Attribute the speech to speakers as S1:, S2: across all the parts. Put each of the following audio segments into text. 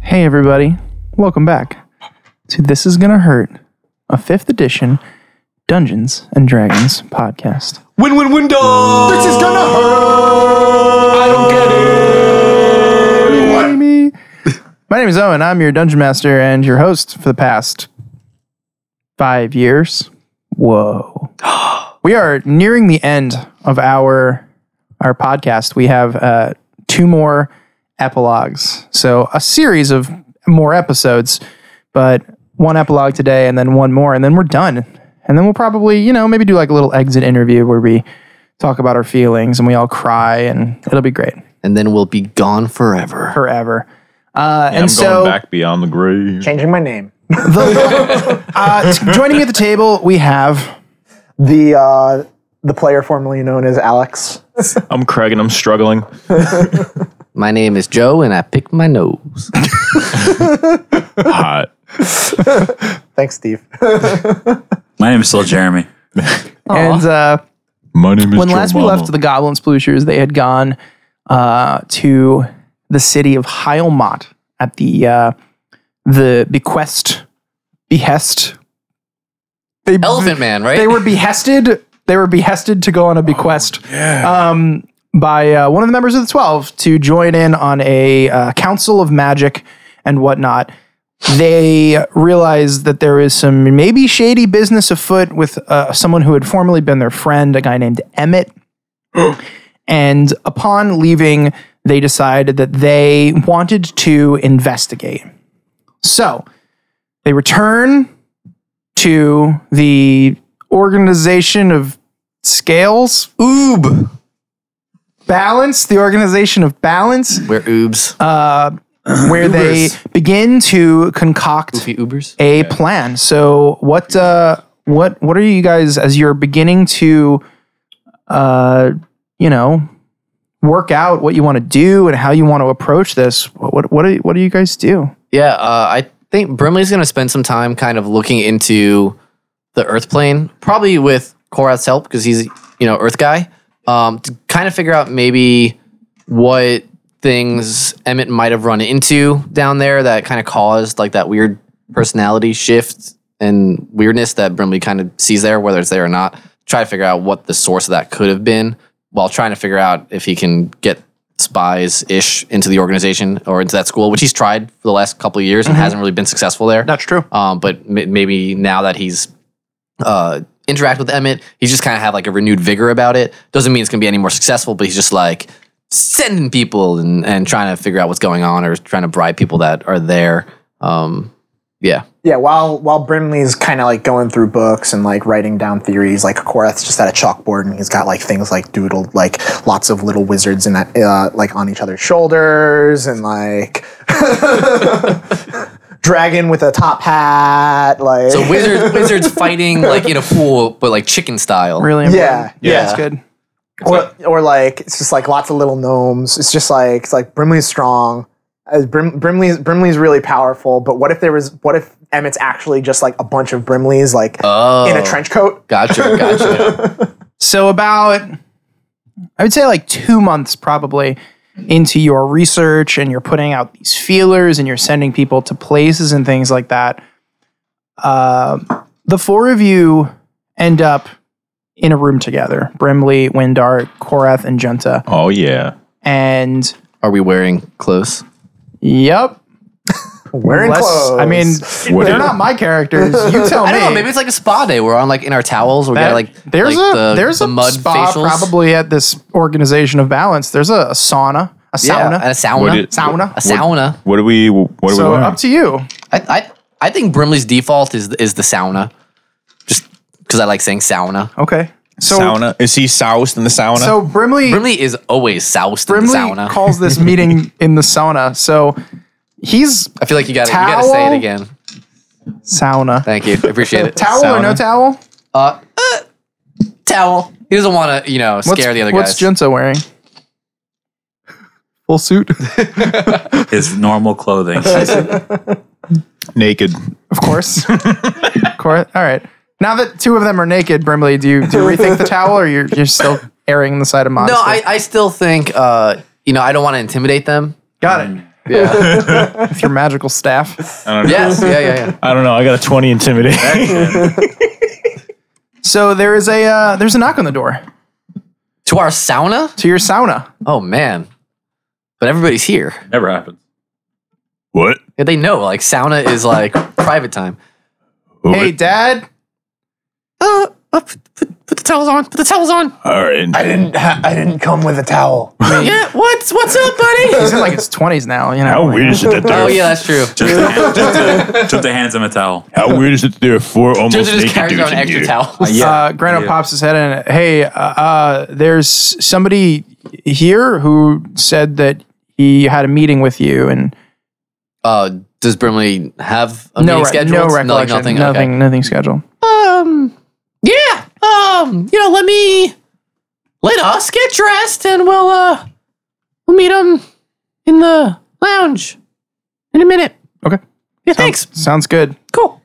S1: Hey, everybody. Welcome back to This Is Gonna Hurt, a fifth edition Dungeons and Dragons podcast.
S2: Win win window. This is gonna hurt. I don't get it.
S1: Hey, me. My name is Owen. I'm your Dungeon Master and your host for the past five years. Whoa. We are nearing the end of our our podcast. We have uh, two more epilogues. So a series of more episodes, but one epilogue today and then one more, and then we're done. And then we'll probably, you know, maybe do like a little exit interview where we talk about our feelings and we all cry and it'll be great
S3: and then we'll be gone forever.
S1: forever. Uh, and
S4: I'm
S1: so,
S4: going back beyond the grave.
S5: Changing my name.
S1: uh, t- joining me at the table, we have
S5: The uh, the player formerly known as Alex.
S4: I'm Craig and I'm struggling.
S3: My name is Joe, and I pick my nose.
S4: Hot.
S5: Thanks, Steve.
S6: My name is still Jeremy.
S1: and uh,
S4: My name is
S1: when
S4: Joe
S1: last we
S4: Mama.
S1: left the Goblin Splooshers, they had gone uh, to the city of Heilmott at the uh, the bequest behest. They,
S3: Elephant Man, right?
S1: They were behested. They were behested to go on a bequest um, by uh, one of the members of the Twelve to join in on a uh, council of magic and whatnot. They realized that there is some maybe shady business afoot with uh, someone who had formerly been their friend, a guy named Emmett. and upon leaving, they decided that they wanted to investigate. So they return to the organization of scales. Oob. Balance, the organization of balance,
S3: We're oobs.
S1: Uh, where they begin to concoct
S3: Goofy oobers.
S1: a plan. So what uh what what are you guys as you're beginning to uh you know work out what you want to do and how you want to approach this? What what what do, what do you guys do?
S3: Yeah, uh, I think Brimley's going to spend some time kind of looking into the Earth plane, probably with Korath's help because he's you know Earth guy, um, to kind of figure out maybe what things Emmett might have run into down there that kind of caused like that weird personality shift and weirdness that Brimley kind of sees there, whether it's there or not. Try to figure out what the source of that could have been, while trying to figure out if he can get spies ish into the organization or into that school, which he's tried for the last couple of years and hasn't really been successful there.
S1: That's true.
S3: Um, but m- maybe now that he's uh, interact with Emmett, he's just kind of have like a renewed vigor about it. Doesn't mean it's gonna be any more successful, but he's just like sending people and, and trying to figure out what's going on or trying to bribe people that are there. Um, yeah,
S5: Yeah, while while Brimley's kind of like going through books and like writing down theories, like Korath's just at a chalkboard and he's got like things like doodled like lots of little wizards in that uh, like on each other's shoulders and like dragon with a top hat, like
S3: so wizards wizards fighting like in a pool, but like chicken style.
S1: Really
S5: yeah,
S1: important.
S5: yeah.
S1: That's good.
S5: or, or like it's just like lots of little gnomes. It's just like it's like Brimley's strong. Uh, Brim, Brimley's Brimley's really powerful. But what if there was? What if Emmett's actually just like a bunch of Brimleys like
S3: Oh,
S5: in a trench coat?
S3: Gotcha, gotcha.
S1: So about I would say like 2 months probably into your research and you're putting out these feelers and you're sending people to places and things like that. Uh, the four of you end up in a room together. Brimley, Windar, Korath, and Junta.
S4: Oh yeah.
S1: And
S3: Are we wearing clothes?
S1: yep.
S5: Wearing
S1: less-
S5: clothes.
S1: I mean,
S4: What
S1: they're
S4: is-
S1: not my characters. You tell
S3: I
S1: me.
S3: don't know. Maybe it's like a spa day. We're on like in our towels. We're
S1: That-
S3: gonna like
S1: there's
S3: like
S1: a there's a spa
S3: facials.
S1: probably at this organization of balance. There's a, a sauna, a
S3: Yeah,
S1: sauna,
S3: and a sauna.
S4: Would it-
S1: sauna.
S3: a sauna.
S4: What do we? What do we
S1: so
S4: wearing?
S1: up to you.
S3: I, I I think Brimley's default is is the sauna, just because I like saying sauna.
S1: Okay. So
S4: sauna. Is he soused in the sauna?
S1: so Brimley Brimley,
S3: Brimley is always soused in the sauna.
S1: calls this meeting in the sauna. So he's
S3: I feel like you got to you got to say
S1: Towel.
S3: it again.
S1: sauna.
S3: Thank you, I appreciate it.
S1: Towel or no
S4: Sauna.
S1: towel?
S3: Uh, uh, towel. He doesn't want to you know scare
S1: What's,
S3: the other
S1: what's
S3: guys.
S1: Junta wearing? Full suit,
S6: His normal clothing.
S4: naked.
S1: of course. Cor- All right. Now that two of them are naked, Brimley, do you do you rethink the towel, or you're you're still erring on the side of modesty?
S3: no, I I still think uh you know I don't want to intimidate them.
S1: got it.
S3: Yeah.
S1: with your magical staff.
S4: I don't know.
S3: yes. Yeah. Yeah. Yeah.
S4: I don't know. I got a 20 intimidate.
S1: So there is a uh, there's a knock on the door
S3: To our sauna.
S1: to your sauna.
S3: Oh man. But everybody's here.
S6: Never happens.
S4: what?
S3: Yeah, they know. Like sauna is like private time.
S1: Hey, Dad.
S3: Uh, uh, put, put, put the towels on. Put the towels on.
S4: All right.
S5: I didn't. Ha- I didn't come with a towel.
S3: yeah. What's what's up, buddy?
S1: He's in like his twenties now. You know.
S4: How weird is it that there?
S3: oh yeah, that's true.
S6: Just the, hand- just the- just the hands in a towel.
S4: How weird is it that there are four almost
S3: Just, just
S4: naked
S3: carries
S4: dudes
S3: around
S4: in
S3: extra
S4: here?
S3: towels.
S1: Uh, Grano
S6: Yeah.
S1: pops his head in. Hey, uh, uh, there's somebody here who said that he had a meeting with you, and
S3: Uh, does Brimley have a
S1: no,
S3: meeting
S1: re-
S3: scheduled?
S1: no
S3: Like
S1: recollection, nothing,
S3: nothing.
S1: nothing,
S3: Okay.
S1: scheduled.
S3: Um. Yeah. Um. You know, let me let us get dressed, and we'll uh we'll meet him in the lounge in a minute.
S1: Okay,
S3: Yeah. Thanks.
S1: sounds good.
S3: Cool.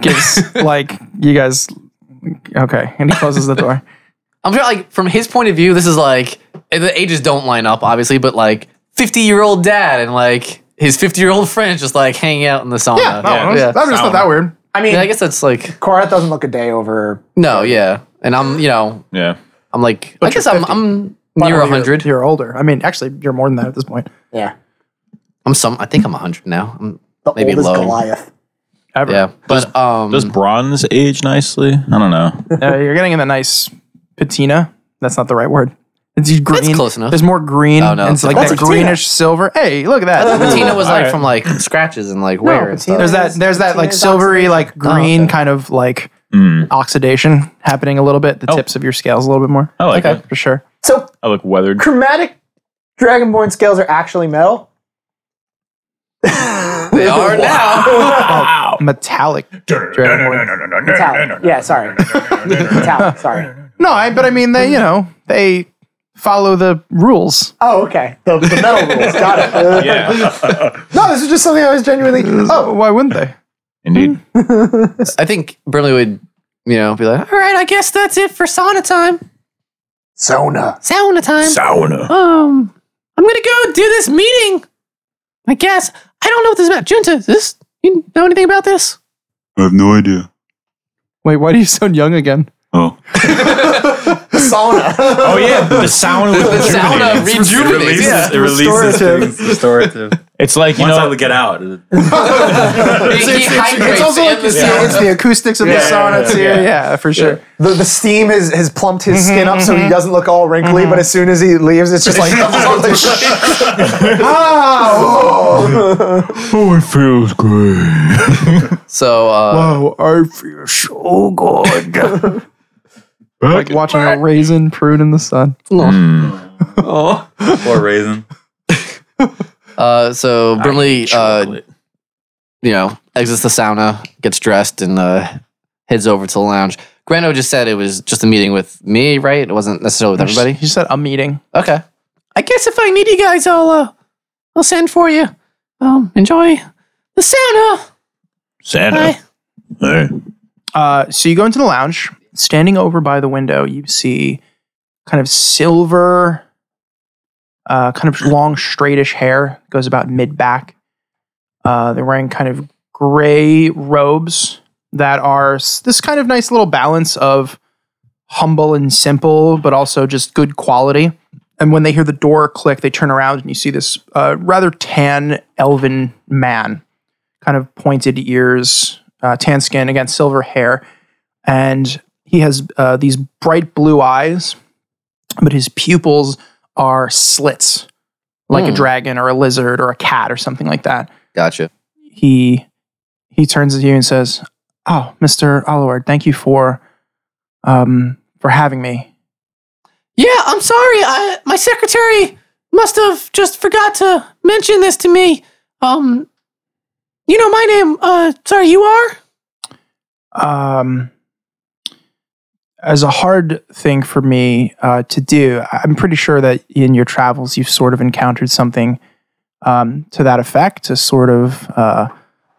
S1: Gives like you guys. Okay, and he closes the door.
S3: I'm sure, like, from his point of view, this is like the ages don't line up, obviously, but like 50 year old dad and like his 50 year old friends just like hanging out in the sauna.
S1: Yeah, no, I, was, I was just not that weird.
S5: I mean,
S3: Yeah, I guess that's like
S5: Cora doesn't look a day over.
S3: no, yeah. And I'm, you know,
S4: Yeah.
S3: I'm like, I guess I'm, I'm near
S1: Well,
S3: 100.
S1: You're, you're older. I mean, actually, you're more than that at this point.
S5: Yeah,
S3: I'm some, I think I'm 100 now. I'm
S5: the
S3: maybe
S5: oldest
S3: low.
S5: Goliath.
S1: Ever.
S3: Yeah, but um,
S4: Does bronze age nicely? I don't know.
S1: Uh, you're getting in the nice patina. That's not the right word. It's green.
S3: close enough.
S1: There's more green.
S3: Oh, no.
S1: and it's like
S5: What's
S1: that
S5: a patina?
S1: greenish silver. Hey, look at that.
S3: patina was like from like scratches and like wear. and stuff.
S1: there's that.
S5: Patina's-
S1: There's that like
S5: patina's
S1: silvery, like green
S3: okay.
S1: kind of like oxidation happening a little bit. The tips of your scales a little bit more.
S4: I like it.
S1: for sure.
S5: So
S4: I look weathered.
S5: chromatic dragonborn scales are actually metal.
S3: They are now.
S1: Oh, Metallic. dragonborn.
S5: Metallic. Yeah, sorry. Metallic. Sorry.
S1: No, I, but I mean they. You know they follow the rules.
S5: Oh, okay. The, the metal rules. Got it. Uh,
S4: Yeah.
S5: No, this is just something I was genuinely.
S1: Oh, why wouldn't they?
S4: Indeed.
S3: I think Burnley would, you know, be like, all right, I guess that's it for sauna time.
S5: Zona.
S3: Sauna time.
S4: Sauna.
S3: um, I'm gonna go do this meeting. I guess I don't know what this is about. Junta, is this you know anything about this?
S2: I have no idea.
S1: Wait, why do you sound young again?
S2: Oh.
S5: Sauna.
S4: Oh yeah, the sauna with the
S3: Sauna
S4: sauna.
S3: rejuvenates.
S6: It releases
S1: Restorative.
S6: things. Restorative.
S4: It's like you
S6: Once I
S4: know.
S6: would get out, it-
S3: It dehydrates
S1: It's also like
S3: and
S1: the,
S3: the sauna-
S1: it's the acoustics of the sauna too. Yeah, for sure.
S5: The, the steam has, has plumped his skin up so he doesn't look all wrinkly, but as soon as he leaves, it's just like.
S4: Oh, it feels great.
S3: So uh,
S1: Oh, I feel so good. like watching a raisin prune in the sun.
S6: poor raisin.
S3: uh, so Brimley, uh, you know, exits the sauna, gets dressed, and uh, heads over to the lounge. Grano just said it was just a meeting with me, right? It wasn't necessarily with everybody.
S1: You said a meeting.
S3: Okay. I guess if I need you guys, I'll uh, I'll send for you. Um, enjoy the sauna.
S4: Santa. Hey.
S1: Uh, so you go into the lounge. Standing over by the window, you see kind of silver, uh, kind of long, straightish hair goes about mid back. Uh, they're wearing kind of gray robes that are s- this kind of nice little balance of humble and simple, but also just good quality. And when they hear the door click, they turn around and you see this uh, rather tan elven man, kind of pointed ears, uh, tan skin, again, silver hair. And he has uh, these bright blue eyes, but his pupils are slits, like a
S3: Hmm.
S1: dragon or a lizard or a cat or something like that
S3: Gotcha.
S1: he he turns to you and says, "Oh, Mister Allard, thank you for um for having me.
S3: Yeah, I'm sorry. I, my secretary must have just forgot to mention this to me. Um, you know my name. Uh, sorry, you are.
S1: Um, as a hard thing for me uh, to do, I'm pretty sure that in your travels you've sort of encountered something um, to that effect, a sort of uh,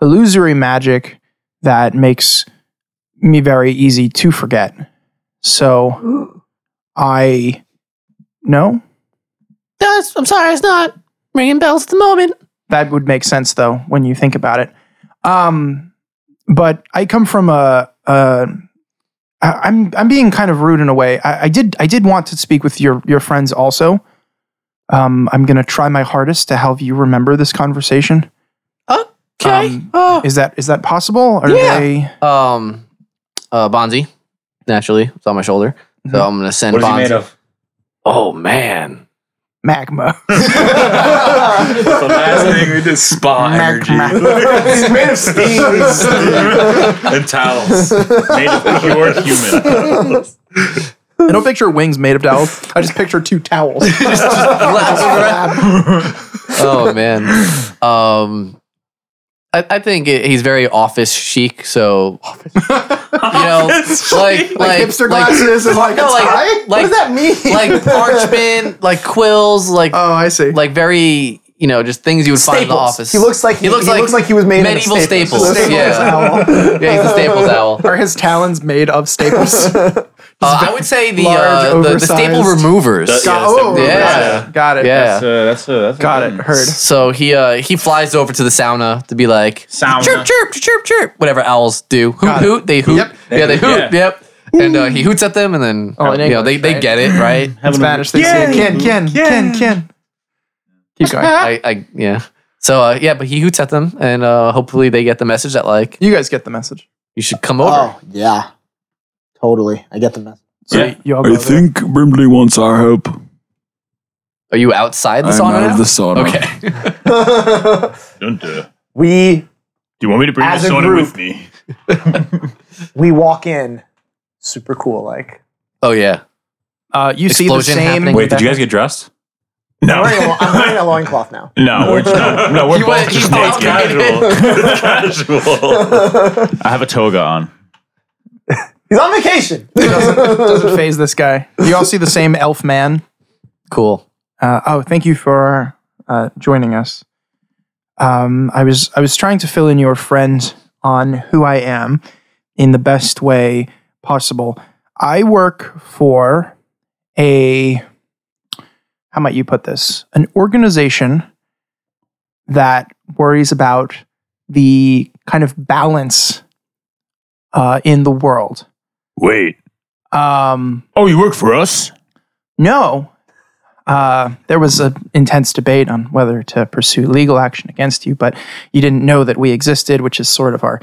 S1: illusory magic that makes me very easy to forget. So I no."
S3: That's, I'm sorry, it's not. Ringing bells at the moment.
S1: That would make sense though when you think about it. Um, but I come from a, a I- I'm I'm being kind of rude in a way. I, I did I did want to speak with your your friends also. Um, I'm gonna try my hardest to have you remember this conversation.
S3: Okay.
S1: Um,
S3: oh.
S1: Is that is that possible? Are
S3: Yeah.
S1: they
S3: Um, uh, Bonzi, naturally, it's on my shoulder. So
S1: Mhm.
S3: I'm gonna send
S6: What is he
S3: Bonzi.
S6: made of?
S3: Oh man.
S1: magma?
S6: The last thing we did is spa energy.
S5: It's made of steam.
S6: and towels. Made of pure human.
S1: I don't picture wings made of towels. I just picture two towels.
S3: Oh man. Um, I, I think it, he's very office chic. So you know, like like like
S1: Hipster glasses and like a
S3: no, like-
S1: tie.
S3: like what does that mean? Like parchment, like quills, like
S1: oh, I see.
S3: like very you know just things you would find in the
S5: Staples.
S3: office.
S5: He looks like he, he looks like, he was made
S3: medieval
S5: out of staples.
S3: staples. Yeah, yeah, he's a staples owl.
S1: Are his talons made of staples?
S3: Uh, I would say the,
S1: large,
S3: uh, the the staple
S1: oversized-
S3: removers.
S6: Yeah,
S1: oh,
S6: so-
S3: yeah.
S1: Got it.
S3: Yeah.
S2: That's, uh, that's, uh, that's a
S1: Got
S2: good
S1: it.
S2: one.
S1: Heard.
S3: So he uh, he flies over to the sauna to be like
S6: Sauna.
S3: chirp chirp chirp chirp whatever owls do hoot
S1: Got it.
S3: hoot they hoot
S1: Yep.
S3: yeah they hoot
S6: Yeah.
S3: yep and uh, he hoots at them and then
S1: Oh, in
S3: you know they,
S1: English,
S3: they
S1: right?
S3: get it right
S1: In Spanish, they say Ken, Ken, Ken, Ken. Keep going.
S3: I, I yeah so uh, yeah but he hoots at them and uh, hopefully they get the message that like
S1: You guys get the message.
S3: you should come over
S5: Oh yeah, totally. I get the message.
S1: So
S6: Yeah.
S1: you all go
S2: I
S1: over there.
S2: think Brimley wants our help.
S3: are you outside the
S2: I'm
S3: sauna
S2: out
S3: now?
S2: of the sauna.
S3: okay
S4: Don't do it.
S5: We
S4: Do you want me to bring
S5: As
S4: the
S5: a
S4: sauna with
S5: group.
S4: me?
S5: we walk in, super cool. Like
S3: oh yeah
S1: Uh, you see the
S3: Explosion
S1: same.
S3: happening.
S6: Wait, did you guys get dressed?
S5: I'm
S4: No,
S5: wearing a, I'm wearing a loincloth now.
S4: no, we're, no, no, we're
S3: He
S4: both
S3: went- he's
S4: just
S3: both
S4: naked. Casual. casual. I have a toga on.
S5: He's on vacation.
S1: doesn't phase this guy. You all see the same elf man.
S3: cool
S1: Uh, oh, thank you for uh, joining us. Um, I was I was trying to fill in your friend on who I am in the best way possible. I work for a how might you put this an organization that worries about the kind of balance uh, in the world.
S4: Wait.
S1: Um,
S4: Oh, you work for us?
S1: no. Uh, there was an intense debate on whether to pursue legal action against you, but you didn't know that we existed, which is sort of our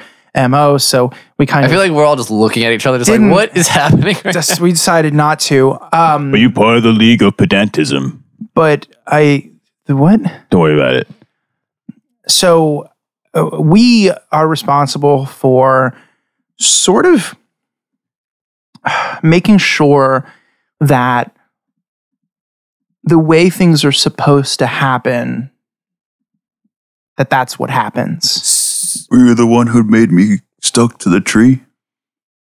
S1: MO. So we kind
S3: I
S1: of
S3: feel like we're all just looking at each other just
S1: Didn't-
S3: like what is happening right now?
S1: just, we decided not to. Um,
S4: Are you part of the League of Pedantism?
S1: but I, the what?
S4: Don't worry about it.
S1: So uh, we are responsible for sort of making sure that the way things are supposed to happen that that's what happens
S2: Were you the one who made me stuck to the tree?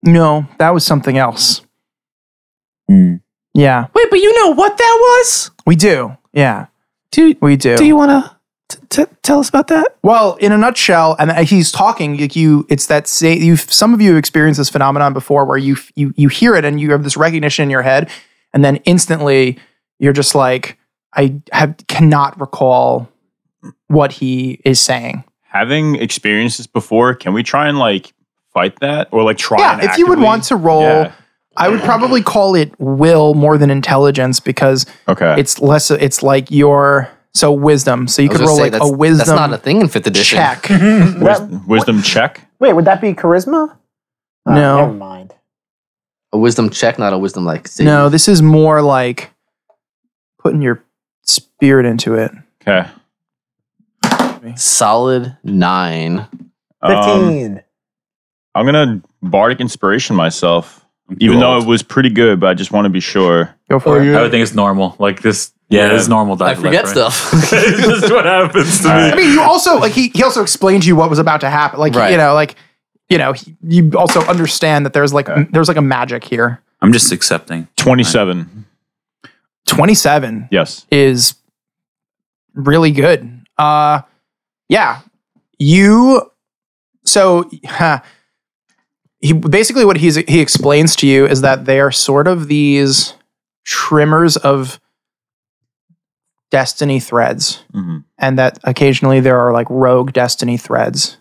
S1: no that was something else
S2: Hmm.
S1: yeah
S3: wait but you know what that was
S1: we do yeah
S3: do
S1: we do
S3: do you want to t- tell us about that
S1: Well, in a nutshell, and he's talking like you. It's that same. You, some of you have experienced this phenomenon before, where you you you hear it and you have this recognition in your head, and then instantly you're just like, I have cannot recall what he is saying.
S2: Having experienced this before, can we try and like fight that or like try?
S1: Yeah, if you would want to roll,
S2: Yeah.
S1: I would probably call it will more than intelligence because
S2: Okay.
S1: it's less. It's like your so wisdom. So you could
S3: I was
S1: roll
S3: gonna
S1: like
S3: say,
S1: a
S3: that's-
S1: wisdom
S3: That's not a Uh, thing in fifth edition.
S1: check.
S2: Wisdom check.
S5: Wait, would that be charisma? Oh,
S1: No.
S5: never mind.
S3: A wisdom check, not a wisdom like. save.
S1: No, this is more like putting your spirit into it.
S2: Okay.
S3: solid nine.
S2: Um,
S5: Fifteen.
S2: I'm gonna bardic inspiration myself, even though it was pretty good, but I just want to be sure.
S1: Go for it.
S6: I would think it's normal. Like this. Yeah, this is normal.
S3: I
S6: dive
S3: forget
S6: left, right?
S3: stuff.
S6: it's just what happens to
S1: I mean, you also like he, he also explained to you what was about to happen. Like
S3: Right.
S1: you know, like you know, he, you also understand that there's like m- there's like a magic here.
S6: I'm just accepting.
S2: Twenty-seven.
S1: Twenty seven
S2: Yes.
S1: is really good. Uh, yeah, you. So huh, he basically what he's he explains to you is that they are sort of these trimmers of destiny threads,
S2: Mhm.
S1: and that occasionally there are like rogue destiny threads.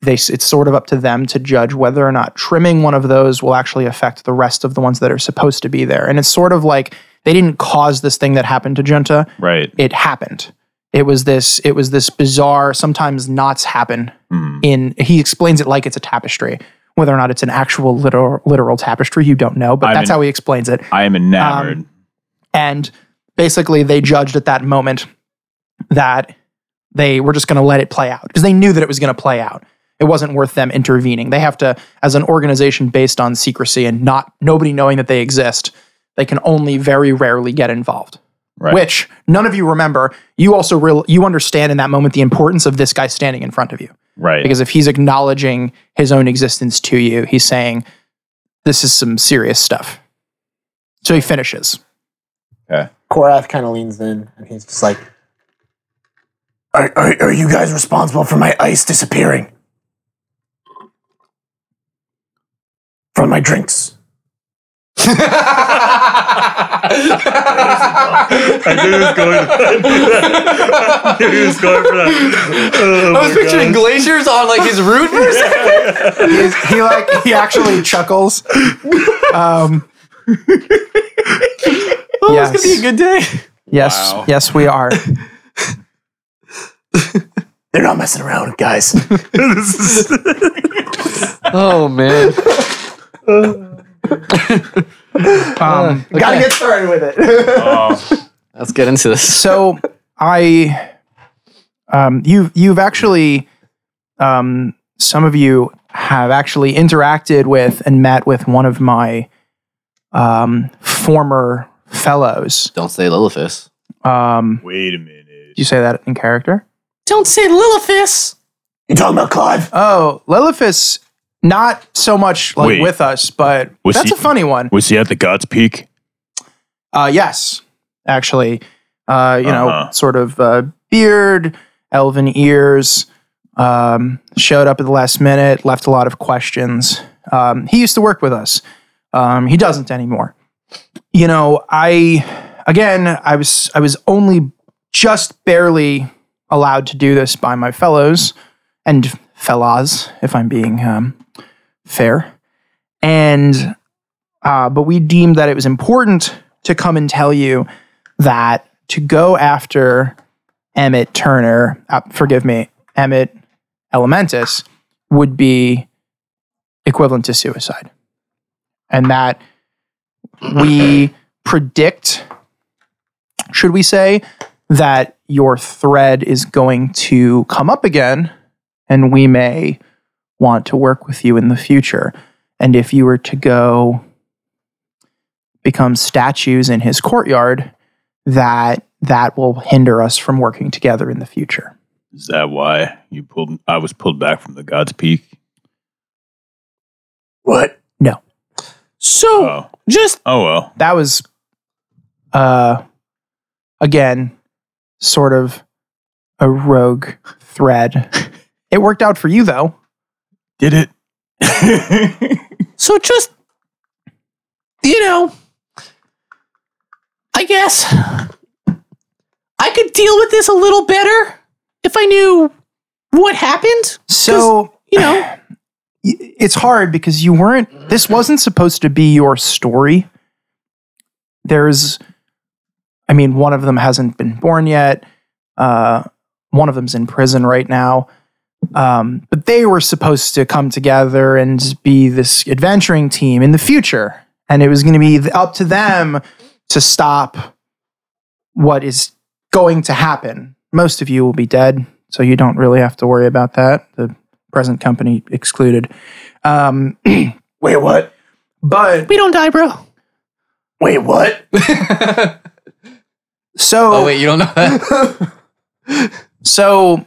S1: They s- it's sort of up to them to judge whether or not trimming one of those will actually affect the rest of the ones that are supposed to be there. And it's sort of like they didn't cause this thing that happened to Junta
S2: Right.
S1: it happened. It was this. It was this bizarre. Sometimes knots happen.
S2: Mhm.
S1: In he explains it like it's a tapestry. Whether or not it's an actual literal literal tapestry, you don't know, but
S2: I
S1: that's
S2: mean-
S1: how he explains it.
S2: I am enamored.
S1: um, And basically, they judged at that moment that they were just going to let it play out because they knew that it was going to play out. It wasn't worth them intervening. They have to, as an organization based on secrecy and not nobody knowing that they exist, they can only very rarely get involved.
S2: Right.
S1: Which none of you remember. You also real you understand in that moment the importance of this guy standing in front of you
S2: right.
S1: because if he's acknowledging his own existence to you, he's saying, "This is some serious stuff." So he finishes.
S5: Korath kind of leans in and he's just like, are, are, are you guys responsible for my ice disappearing? From my drinks?
S6: I knew he was going. I knew he was going for that. Oh
S3: I was
S6: my
S3: picturing
S6: God.
S3: glaciers on like his root for a second.
S1: he like he actually chuckles. Um, yes,
S3: It's gonna be a good day.
S1: yes, yes, we are.
S5: They're not messing around, guys.
S3: Oh man. Uh,
S1: Um,
S5: Gotta get started with it.
S3: Let's get into this.
S1: so I, um, you you've actually, um, some of you have actually interacted with and met with one of my, um, former fellows.
S3: Don't say Lilithus.
S1: Um,
S4: Wait a minute.
S1: did you say that in character?
S3: Don't say Lilithus.
S5: You talking about Clive?
S1: Oh, Lilithus, not so much like
S4: Wait.
S1: with us, but
S4: Was
S1: that's
S4: he-
S1: a funny one.
S4: Was he at the God's Peak?
S1: Uh, yes, actually, uh, you know,
S4: Uh-huh.
S1: sort of uh, beard, elven ears. Um, showed up at the last minute, left a lot of questions. Um, he used to work with us. Um, he doesn't anymore. You know, I again, I was I was only just barely allowed to do this by my fellows and fellas, if I'm being um, fair. And uh, but we deemed that it was important to come and tell you that to go after Emmett Turner, uh, forgive me, Emmett Elementis would be equivalent to suicide. And that we predict, should we say, that your thread is going to come up again and we may want to work with you in the future. And if you were to go become statues in his courtyard that that will hinder us from working together in the future.
S4: Is that why you pulled? I was pulled back from the God's Peak.
S5: What?
S2: Uh,
S3: So
S4: Oh,
S3: just
S4: oh well.
S1: That was uh again sort of a rogue thread. It worked out for you though.
S4: Did it?
S3: so just you know I guess I could deal with this a little better if I knew what happened.
S1: So
S3: You know,
S1: y- it's hard because you weren't this wasn't supposed to be your story there's i mean one of them hasn't been born yet uh, one of them's in prison right now um, but they were supposed to come together and be this adventuring team in the future and it was going to be th- up to them to stop what is going to happen most of you will be dead so you don't really have to worry about that the present company excluded. Um,
S5: Wait, what?
S1: but
S3: we don't die, bro.
S5: Wait, what?
S1: so
S3: Oh wait, you don't know that?
S1: so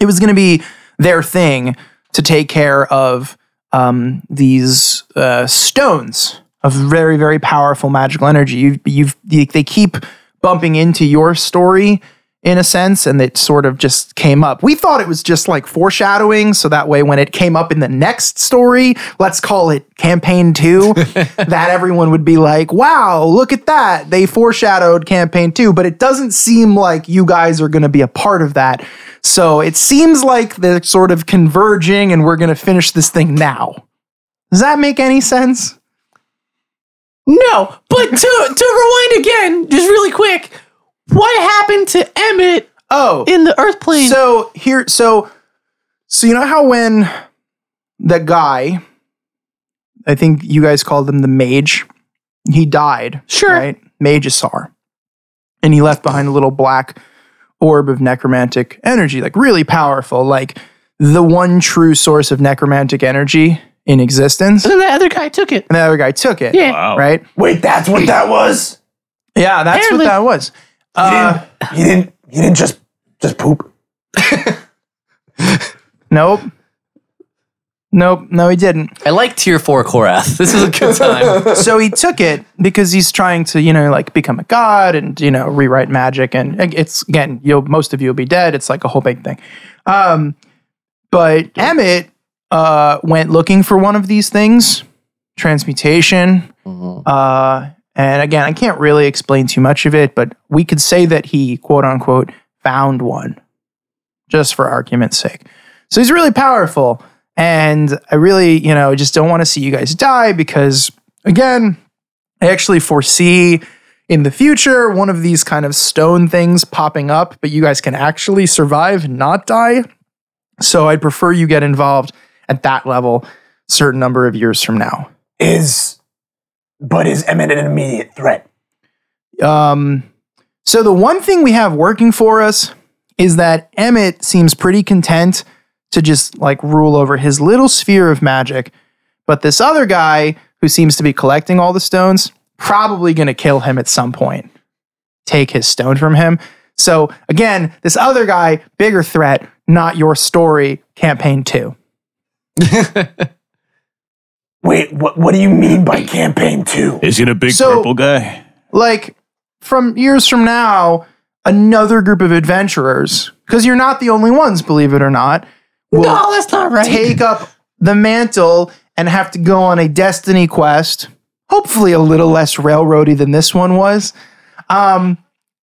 S1: it was going to be their thing to take care of um, these uh, stones of very very powerful magical energy. You've, you've they they keep bumping into your story in a sense, and it sort of just came up. We thought it was just like foreshadowing, so that way when it came up in the next story, let's call it campaign two, that everyone would be like, wow, look at that. They foreshadowed campaign two, but it doesn't seem like you guys are going to be a part of that. So it seems like they're sort of converging and we're going to finish this thing now. Does that make any sense?
S3: No, but to to rewind again, just really quick, what happened to Emmett
S1: Oh,
S3: in the Earth plane?
S1: So here, so so you know how when the guy, I think you guys called him the mage, he died.
S3: Sure.
S1: right? Mage Asar, and he left behind a little black orb of necromantic energy, like really powerful, like the one true source of necromantic energy in existence. And
S3: and the other guy took it.
S1: the other guy took it.
S3: Yeah.
S4: Wow.
S1: Right.
S5: Wait, that's what that was.
S1: Yeah, that's
S3: Apparently-
S1: what that was. Uh,
S5: He didn't. He didn't just just poop.
S1: nope. Nope. No, he didn't.
S3: I like tier four Korath. This is a good time.
S1: so he took it because he's trying to, you know, like become a god and you know rewrite magic. And it's again, you'll most of you will be dead. It's like a whole big thing. Um, but Emmett uh, went looking for one of these things, transmutation. Uh, and again, I can't really explain too much of it, but we could say that he quote unquote found one, just for argument's sake. So he's really powerful. And I really, you know, just don't want to see you guys die because, again, I actually foresee in the future one of these kind of stone things popping up, but you guys can actually survive and not die. So I'd prefer you get involved at that level certain number of years from now.
S5: Is, but is Emmett an immediate threat?
S1: Um, so the one thing we have working for us is that Emmett seems pretty content to just like rule over his little sphere of magic, but this other guy who seems to be collecting all the stones probably going to kill him at some point. Take his stone from him. So again, this other guy, bigger threat, not your story, campaign 2.
S5: Wait, what? What do you mean by campaign two?
S4: Is he a big
S1: So-
S4: purple guy?
S1: like from years from now, another group of adventurers, because you're not the only ones, believe it or not, will
S3: that's not right.
S1: take up the mantle and have to go on a destiny quest, hopefully a little less railroady than this one was, um,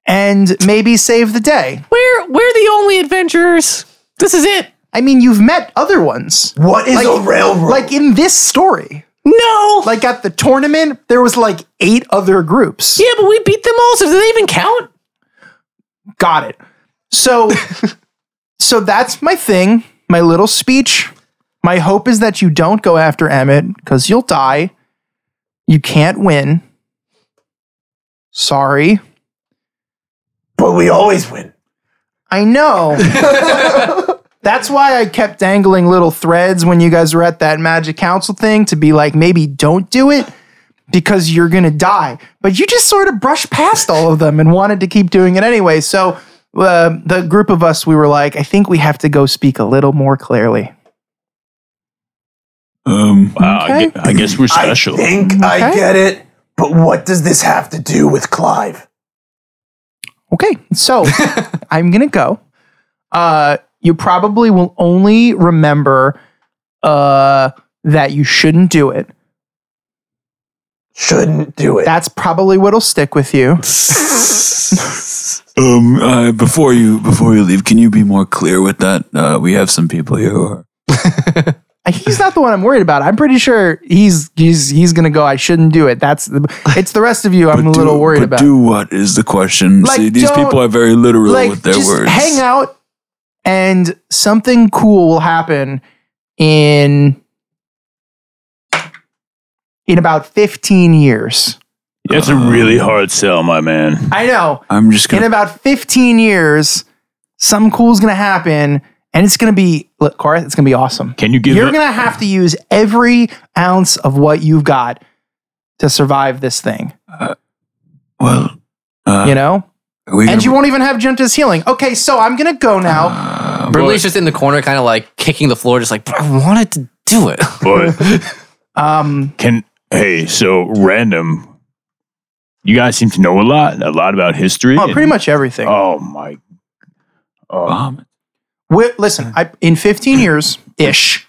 S1: and maybe save the day.
S3: we're we're the only adventurers. This is it.
S1: I mean, you've met other ones.
S5: What is a railroad?
S1: Like in this story,
S3: No.
S1: like at the tournament, there was like eight other groups.
S3: yeah, but we beat them all. So do they even count?
S1: Got it. So so that's my thing, my little speech. My hope is that you don't go after Emmett because you'll die. You can't win. Sorry.
S5: but we always win.
S1: I know. That's why I kept dangling little threads when you guys were at that magic council thing to be like, maybe don't do it because you're going to die. But you just sort of brushed past all of them and wanted to keep doing it anyway. So uh, the group of us, we were like, I think we have to go speak a little more clearly.
S4: Um,
S1: Wow, I Okay.
S4: I, guess we're special.
S5: I think I
S1: Okay.
S5: get it. But what does this have to do with Clive?
S1: Okay, so I'm gonna go. Uh, you probably will only remember uh, that you shouldn't do it.
S5: Shouldn't do it.
S1: That's probably what'll stick with you.
S4: um, uh, before you before you leave, can you be more clear with that? Uh, we have some people here who are.
S1: He's not the one I'm worried about. I'm pretty sure he's he's he's gonna go. I shouldn't do it. That's the, it's the rest of you. I'm a
S4: But do-
S1: little worried
S4: but
S1: about.
S4: Do what is the question?
S1: Like,
S4: See, these
S1: don't-
S4: people are very literal
S1: like
S4: with their
S1: just
S4: words.
S1: hang out, and something cool will happen in in about 15 years.
S2: That's a really hard sell, my man.
S1: I know.
S4: I'm just
S1: in
S4: gonna.
S1: about 15 years, something cool's gonna happen, and it's gonna be look, Cora, it's gonna be awesome.
S2: Can you give
S1: You're
S2: it-
S1: gonna have to use every ounce of what you've got to survive this thing.
S4: well, uh,
S1: You know,
S4: are we
S1: and
S4: gonna-
S1: you won't even have Junta's healing. Okay, so I'm gonna go now.
S3: Brimley's just in the corner, kind of like kicking the floor, just like "But I wanted to do it.
S2: But
S1: Um,
S2: can hey, so random. You guys seem to know a lot, a lot about history.
S1: well,
S2: and-
S1: pretty much everything.
S2: Oh my
S4: Vomit.
S1: Wi- listen, I, in 15 years ish,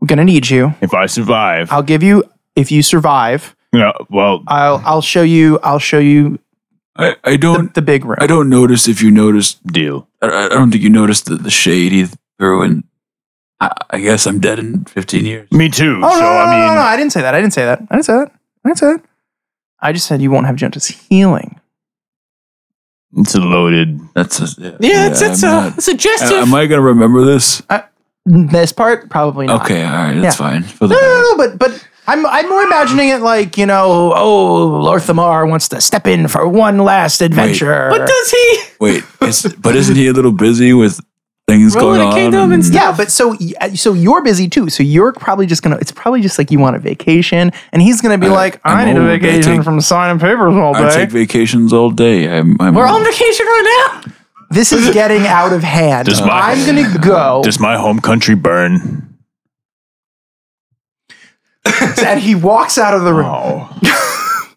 S1: we're going to need you.
S2: If I survive,
S1: I'll give you, if you survive,
S2: no, well,
S1: I'll, I'll show you, I'll show you
S4: I, I
S1: the,
S4: don't
S1: the big room.
S4: I don't notice if you noticed.
S2: deal.
S4: I, I don't think you noticed the, the shade he threw, and I, I guess I'm dead in 15 years.
S2: Me too.
S1: Oh, no,
S2: so
S1: no, no,
S2: I mean,
S1: no, no, I didn't say that. I didn't say that. I didn't say that. I didn't say that. I just said you won't have Genta's healing.
S2: it's a loaded.
S4: That's a, yeah.
S3: it's, it's,
S4: I'm
S1: uh,
S3: a,
S4: not-
S3: it's a
S4: a- am I gonna remember this?
S1: This part, probably not.
S4: Okay, all right, that's
S1: Yeah.
S4: fine. For the
S1: No,
S4: better.
S1: no, no, but but I'm I'm more imagining it like you know, oh, Lorthamar wants to step in for one last adventure.
S3: But does he?
S4: Wait, is, but isn't he a little busy with things
S3: Rolling
S4: going
S3: a
S4: on?
S3: kingdom and stuff?
S1: yeah, but so y- so you're busy too. So you're probably just gonna. It's probably just like you want a vacation, and he's gonna be like, I
S4: I'm
S1: need
S4: old.
S1: a
S4: I
S1: vacation
S4: take-
S1: from signing papers all
S4: I
S1: day.
S4: take vacations all day. I'm, I'm
S3: We're on vacation right now.
S1: this is getting out of hand.
S2: Does my-
S1: I'm gonna go.
S2: Does my home country burn?
S1: and he walks out of the room.
S2: Oh.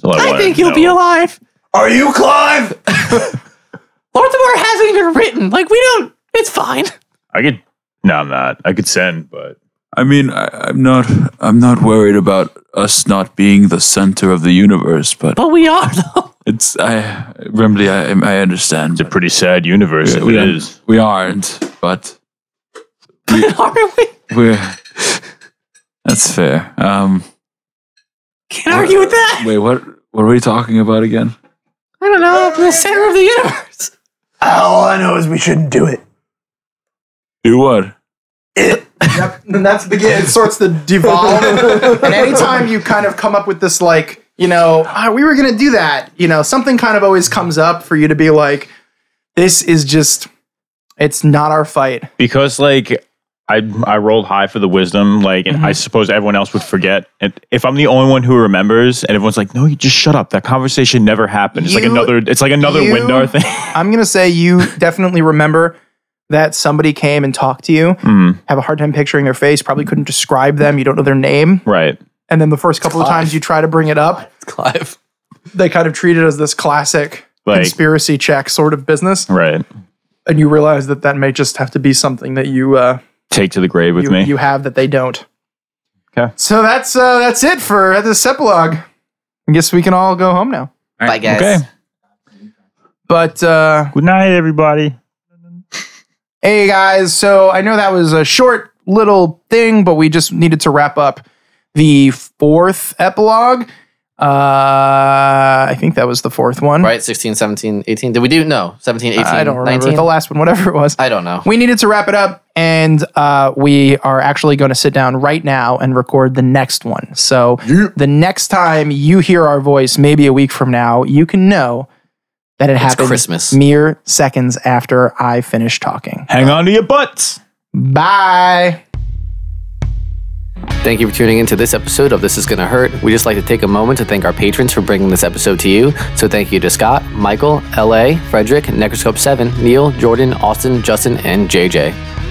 S2: So I,
S3: I
S2: wanna
S3: think you'll be
S2: know.
S3: alive.
S4: Are you Clive?
S3: Lorthamar hasn't even written. Like we don't. It's fine.
S2: I could. No, I'm not. I could send, but
S4: I mean, I, I'm not. I'm not worried about us not being the center of the universe, but
S3: But we are though.
S4: it's. I, Remley, I, I understand.
S2: it's a pretty sad universe.
S4: but
S2: if
S4: we,
S2: it
S4: don't-
S2: is.
S4: we aren't, but
S3: Aren't we?
S4: we're. That's fair. Um,
S3: Can't argue with that.
S4: wait, what? What are we talking about again?
S3: I don't know. the center of the universe.
S5: All I know is we shouldn't do it.
S4: Do what?
S1: Yep. And that's the it sorts the devolve. and anytime you kind of come up with this like, you know, "Ah, we were gonna do that, you know, something kind of always comes up for you to be like, this is just it's not our fight.
S2: because like I I rolled high for the wisdom, like,
S1: Mm-hmm.
S2: and I suppose everyone else would forget. And if I'm the only one who remembers, and everyone's like, "No, you just shut up. That conversation never happened." It's like
S1: You-
S2: another. It's like another
S1: you-
S2: Windar thing.
S1: I'm gonna say you definitely remember that somebody came and talked to you, have a hard time picturing their face, probably couldn't describe them, you don't know their name.
S2: right.
S1: And then the first couple of times you try to bring it up,
S3: Clive.
S1: they kind of treat it as this classic
S2: Like-
S1: conspiracy check sort of business.
S2: Right.
S1: and you realize that that may just have to be something that you uh,
S2: Take to the grave with
S1: you,
S2: me.
S1: you have that they don't.
S2: 'Kay.
S1: So that's uh, that's it for this epilogue. I guess we can all go home now.
S3: Bye guys.
S2: okay.
S1: But uh,
S2: Good night, everybody.
S1: hey, guys. So I know that was a short little thing, but we just needed to wrap up the fourth epilogue. Uh, I think that was the fourth one.
S3: Right, 16, 17, 18. Did we do? No, 17, 18,
S1: I don't remember
S3: 19?
S1: the last one, whatever it was.
S3: I don't know.
S1: we needed to wrap it up and uh, we are actually going to sit down right now and record the next one so the next time you hear our voice maybe a week from now you can know that it happened
S3: Christmas.
S1: mere seconds after i finished talking
S2: Hang on to your butts.
S1: bye
S3: Thank you for tuning in to this episode of This Is Gonna Hurt. We just like to take a moment to thank our patrons for bringing this episode to you. So thank you to Scott, Michael, LA, Frederick, Necroscope7, Neil, Jordan, Austin, Justin, and JJ.